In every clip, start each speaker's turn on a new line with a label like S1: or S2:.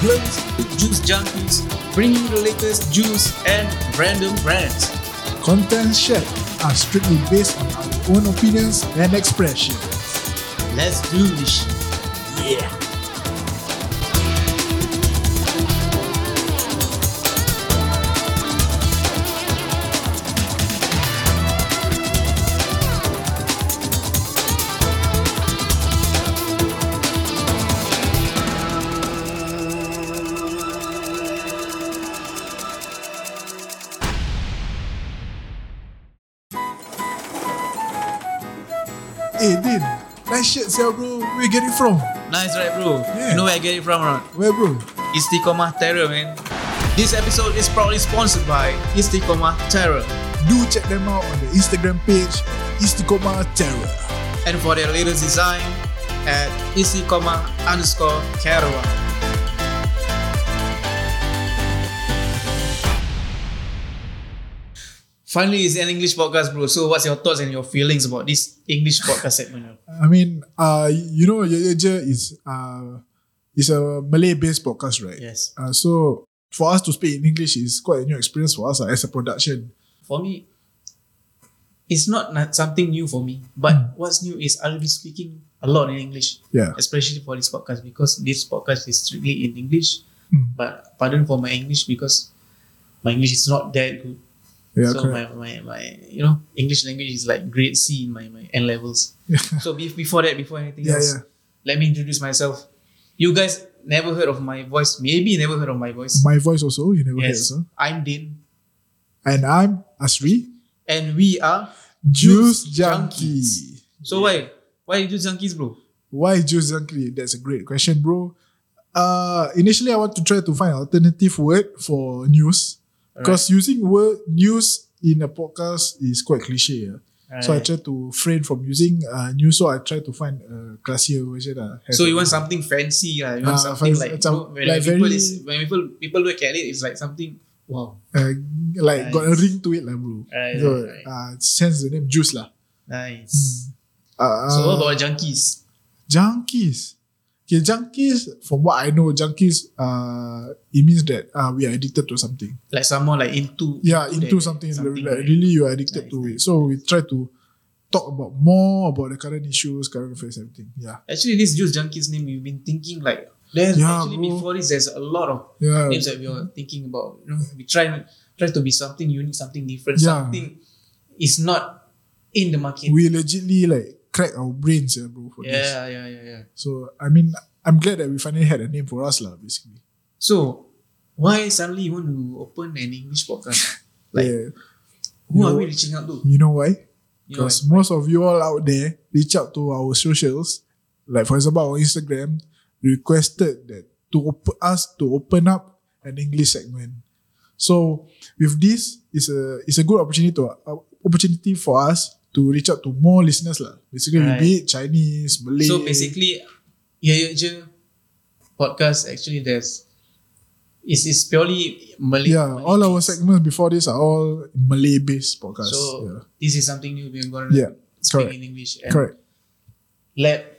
S1: Blends with Juice Junkies, bringing the latest juice and random brands.
S2: Contents shared are strictly based on our own opinions and expression.
S1: Let's do this. Yeah.
S2: Hey Din, nice shirt sale bro. Where you get it from?
S1: Nice, right, bro?
S2: Yeah.
S1: You know where I get it from or not?
S2: Where bro?
S1: Istiqomah Terror, man. This episode is proudly sponsored by Istiqomah Terror.
S2: Do check them out on the Instagram page Istikoma Terror.
S1: And for their latest design at Istiqomah underscore Terror. Finally, it's an English podcast, bro. So, what's your thoughts and your feelings about this English podcast segment?
S2: I mean, uh, you know, Yeja is uh, is a Malay-based podcast, right?
S1: yes.
S2: Uh, so for us to speak in English is quite a new experience for us uh, as a production.
S1: for me, it's not, not something new for me. But what's new is I'll be speaking a lot in English,
S2: Hmm. Yeah.
S1: especially for this podcast because this podcast is strictly in English.
S2: Mm.
S1: But pardon for my English because my English is not that good.
S2: Yeah,
S1: so
S2: correct.
S1: my, my, my you know English language is like grade C in my, my N levels. so be- before that, before anything
S2: Yeah,
S1: else,
S2: yeah.
S1: let me introduce myself. You guys never heard of my voice? Maybe never heard of my voice.
S2: My voice also, you never
S1: yes,
S2: heard. So.
S1: I'm Din,
S2: And I'm Asri,
S1: and we are
S2: Juice
S1: Juice
S2: Junkie.
S1: Junkies. So why? Why you do junkies, bro?
S2: Why Juice Junkie? That's a great question, bro. Uh, initially, I want to try to find alternative word for news because using word news in a podcast is quite cliche. Yeah? So I
S1: Alright.
S2: try to refrain from using uh, news. So I try to find a classier version. Uh, has
S1: So you
S2: a-
S1: want something fancy, uh, you want
S2: Ah,
S1: something
S2: fancy-
S1: like, you
S2: some-
S1: know, when,
S2: like
S1: people
S2: very-
S1: is, when people people look at it, it's like something wow.
S2: uh, like got a
S1: Nice.
S2: ring to it, lah, bro.
S1: Right,
S2: so,
S1: right, right.
S2: Uh, sense the name Juice, lah.
S1: Nice.
S2: Uh,
S1: so
S2: uh,
S1: what about junkies?
S2: junkies. Okay, junkies. From what I know, junkies. Uh, it means that uh, we are addicted to something.
S1: Like someone like into
S2: Yeah,
S1: that,
S2: into something. like,
S1: right?
S2: Really, you are addicted
S1: Nice,
S2: to it.
S1: nice,
S2: So we try to talk about more about the current issues, current affairs, everything. Yeah,
S1: Actually, this juice junkies name we've been thinking like there's
S2: Yeah,
S1: actually
S2: bro.
S1: before this there's a lot of
S2: yeah.
S1: names that we were thinking about. You know, we try try to be something unique, something different,
S2: Yeah.
S1: something is not in the market.
S2: We legitly like crack our brains, yeah, bro. For this.
S1: yeah, yeah, yeah, yeah.
S2: So I mean, I'm glad that we finally had a name for us, lah. Basically.
S1: So, why suddenly you want to open an English podcast? Like,
S2: yeah.
S1: Who
S2: You
S1: are
S2: know-
S1: we reaching out to?
S2: You know why?
S1: You know,
S2: Because most of you all out there reach out to our socials, like for example our Instagram, requested that to op- us to open up an English segment. So with this, it's a it's a good opportunity to uh, opportunity for us to reach out to more listeners lah. Basically,
S1: Right.
S2: be it Chinese, Malay.
S1: so basically, yeah, yeah, je podcast actually there's it's, it's purely Malay.
S2: yeah,
S1: Malay
S2: all our
S1: kids.
S2: segments before this are all Malay based podcasts.
S1: So
S2: yeah.
S1: this is something new. We're gonna
S2: Yeah,
S1: speak
S2: correct.
S1: in English and
S2: Correct.
S1: let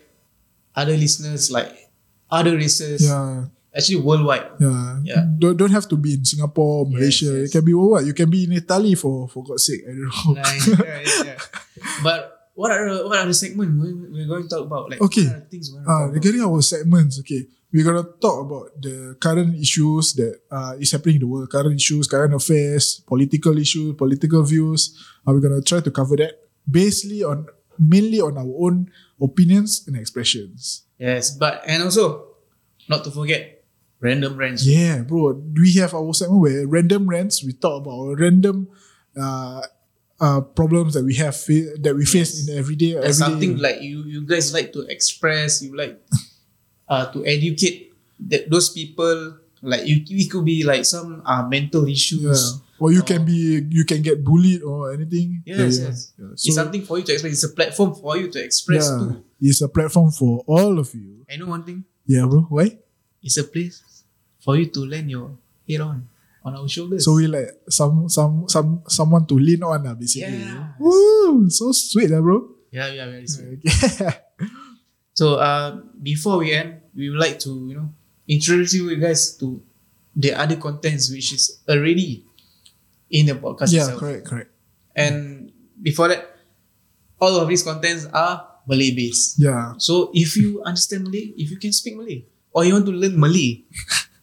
S1: other listeners like other races
S2: Yeah,
S1: actually worldwide.
S2: yeah.
S1: Yeah.
S2: Don't, don't have to be in Singapore, Malaysia.
S1: yes.
S2: It can be what? You can be in Italy for for God's sake. I don't know.
S1: Nice, yeah, yeah, yeah. But what are the, what are the segments we- we're going to talk about? Like
S2: Okay.
S1: what are the things we're going to
S2: Uh,
S1: talk about?
S2: regarding our segments, okay, we're gonna talk about the current issues that uh, is happening in the world, current issues, current affairs, political issues, political views. Uh, we're gonna try to cover that basically on mainly on our own opinions and expressions.
S1: Yes, but and also not to forget random brands.
S2: Yeah, bro, we have our segment where random rants. We talk about our random. Uh, uh, problems that we have fa- that we face
S1: Yes.
S2: in everyday
S1: That's
S2: everyday-
S1: something like you you guys like to express, you like uh to educate that those people like you it could be like some uh mental
S2: Yeah.
S1: issues.
S2: Or you
S1: Or-
S2: can be you can get bullied or anything.
S1: Yes,
S2: yeah, yeah.
S1: yes.
S2: Yeah.
S1: it's something for you to express. It's a platform for you to express
S2: yeah,
S1: too.
S2: It's a platform for all of you.
S1: I know one thing.
S2: Yeah, bro. Why?
S1: It's a place for you to land your head on on our shoulders.
S2: So we like some some some someone to lean on lah, basically.
S1: yeah.
S2: Woo! So sweet lah, bro.
S1: Yeah, yeah, very sweet.
S2: Okay.
S1: So uh, before we end, we would like to you know introduce you guys to the other contents which is already in the podcast
S2: yeah,
S1: itself.
S2: correct, correct.
S1: And before that, all of these contents are Malay based.
S2: Yeah,
S1: So if you understand Malay, if you can speak Malay, or you want to learn Malay,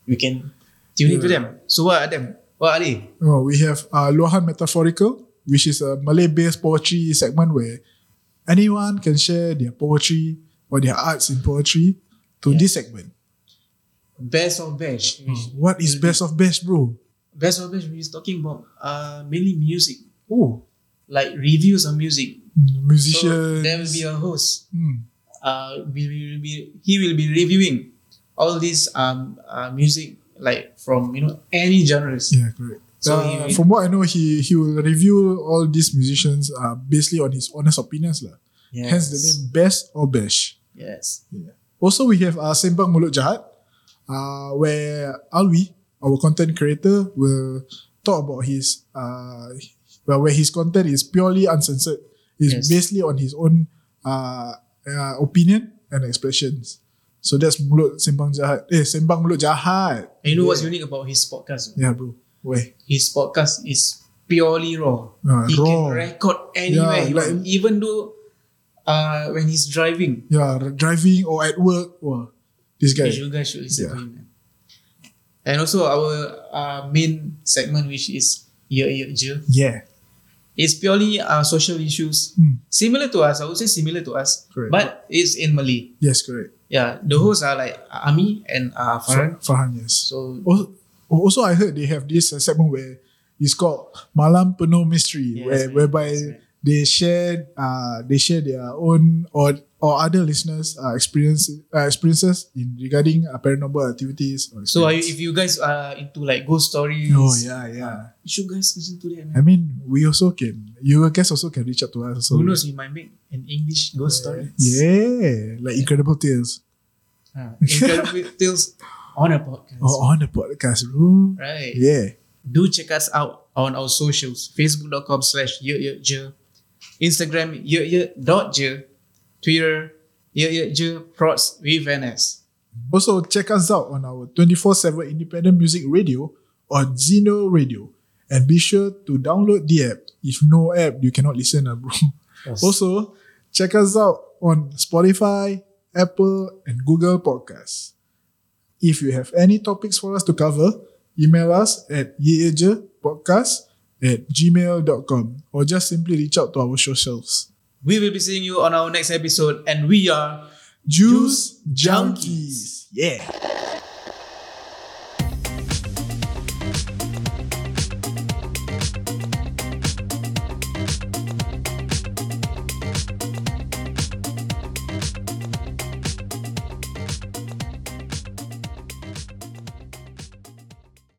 S1: you can tune into
S2: Yeah.
S1: them. So what are them? What are they?
S2: Oh, we have uh, Lohan Metaphorical, which is a Malay-based poetry segment where anyone can share their poetry or their arts in poetry to this segment.
S1: Best of bash.
S2: What is best of best, bro?
S1: Best of bash we is talking about uh mainly music.
S2: Oh,
S1: Like reviews on music.
S2: mm, musicians.
S1: So there will be a host.
S2: Mm,
S1: Uh we will be he will be reviewing all these um uh, music like from you know any genres.
S2: yeah, correct.
S1: So
S2: Uh,
S1: he will-
S2: from what I know, he he will review all these musicians uh, basically on his honest opinions lah. Hence the
S1: Yes.
S2: name Best or Bash.
S1: Yes.
S2: Also, we have uh, Sembang Mulut Jahat, uh, where Alwi, our content creator, will talk about his, uh, well, where his content is purely uncensored. It's
S1: Yes.
S2: basically on his own uh, uh, opinion and expressions. So that's Mulut Sembang Jahat. Eh, Sembang Mulut Jahat.
S1: And you know what's
S2: Yeah.
S1: unique about his podcast?
S2: Yeah, bro. Where?
S1: His podcast is purely raw.
S2: Uh,
S1: he can
S2: raw.
S1: record anywhere,
S2: Yeah,
S1: he
S2: like-
S1: want, even though uh when he's driving.
S2: Yeah, driving or at work. Wow. This guy.
S1: Which you guys should listen to
S2: Yeah.
S1: him. Man. And also our uh, main segment, which is Year Year Jill,
S2: Yeah.
S1: is purely uh, social issues.
S2: Hmm.
S1: Similar to us, I would say similar to us,
S2: Correct. Hmm.
S1: but it's in Malay.
S2: Yes, correct.
S1: Yeah, the hosts are like Ami and uh, Farhan.
S2: Farhan, Farhan yes.
S1: So
S2: Also, also I heard they have this uh, segment where it's called Malam Penuh Mystery,
S1: Yes,
S2: where,
S1: man.
S2: whereby
S1: Yes, man.
S2: they share uh, they share their own or or other listeners uh, experience uh, experiences in regarding uh, paranormal activities. Or
S1: so are you,
S2: experience.
S1: if you guys are into like ghost stories,
S2: Oh yeah, yeah.
S1: you should guys listen to that. Man.
S2: I mean, we also can. You guys also can reach out to us. Also.
S1: Who knows? We might make an English ghost story.
S2: Yeah, like incredible tales
S1: Ah, Incredible Tales on a podcast.
S2: or on the podcast, bro.
S1: Right.
S2: Oh, Yeah,
S1: Do check us out on our socials. Facebook.com slash yeyeje. Instagram yeyeje. Twitter yeyeje prods with an S.
S2: Also, check us out on our 24 7 independent music radio on Zeno Radio. And be sure to download the app. If no app, you cannot listen, ah, bro. Also, check us out on Spotify, Apple, and Google Podcasts. If you have any topics for us to cover, email us at yeajepodcast at gmail.com or just simply reach out to our socials.
S1: We will be seeing you on our next episode and we are
S2: Juice
S1: Junkies.
S2: Junkies. Yeah.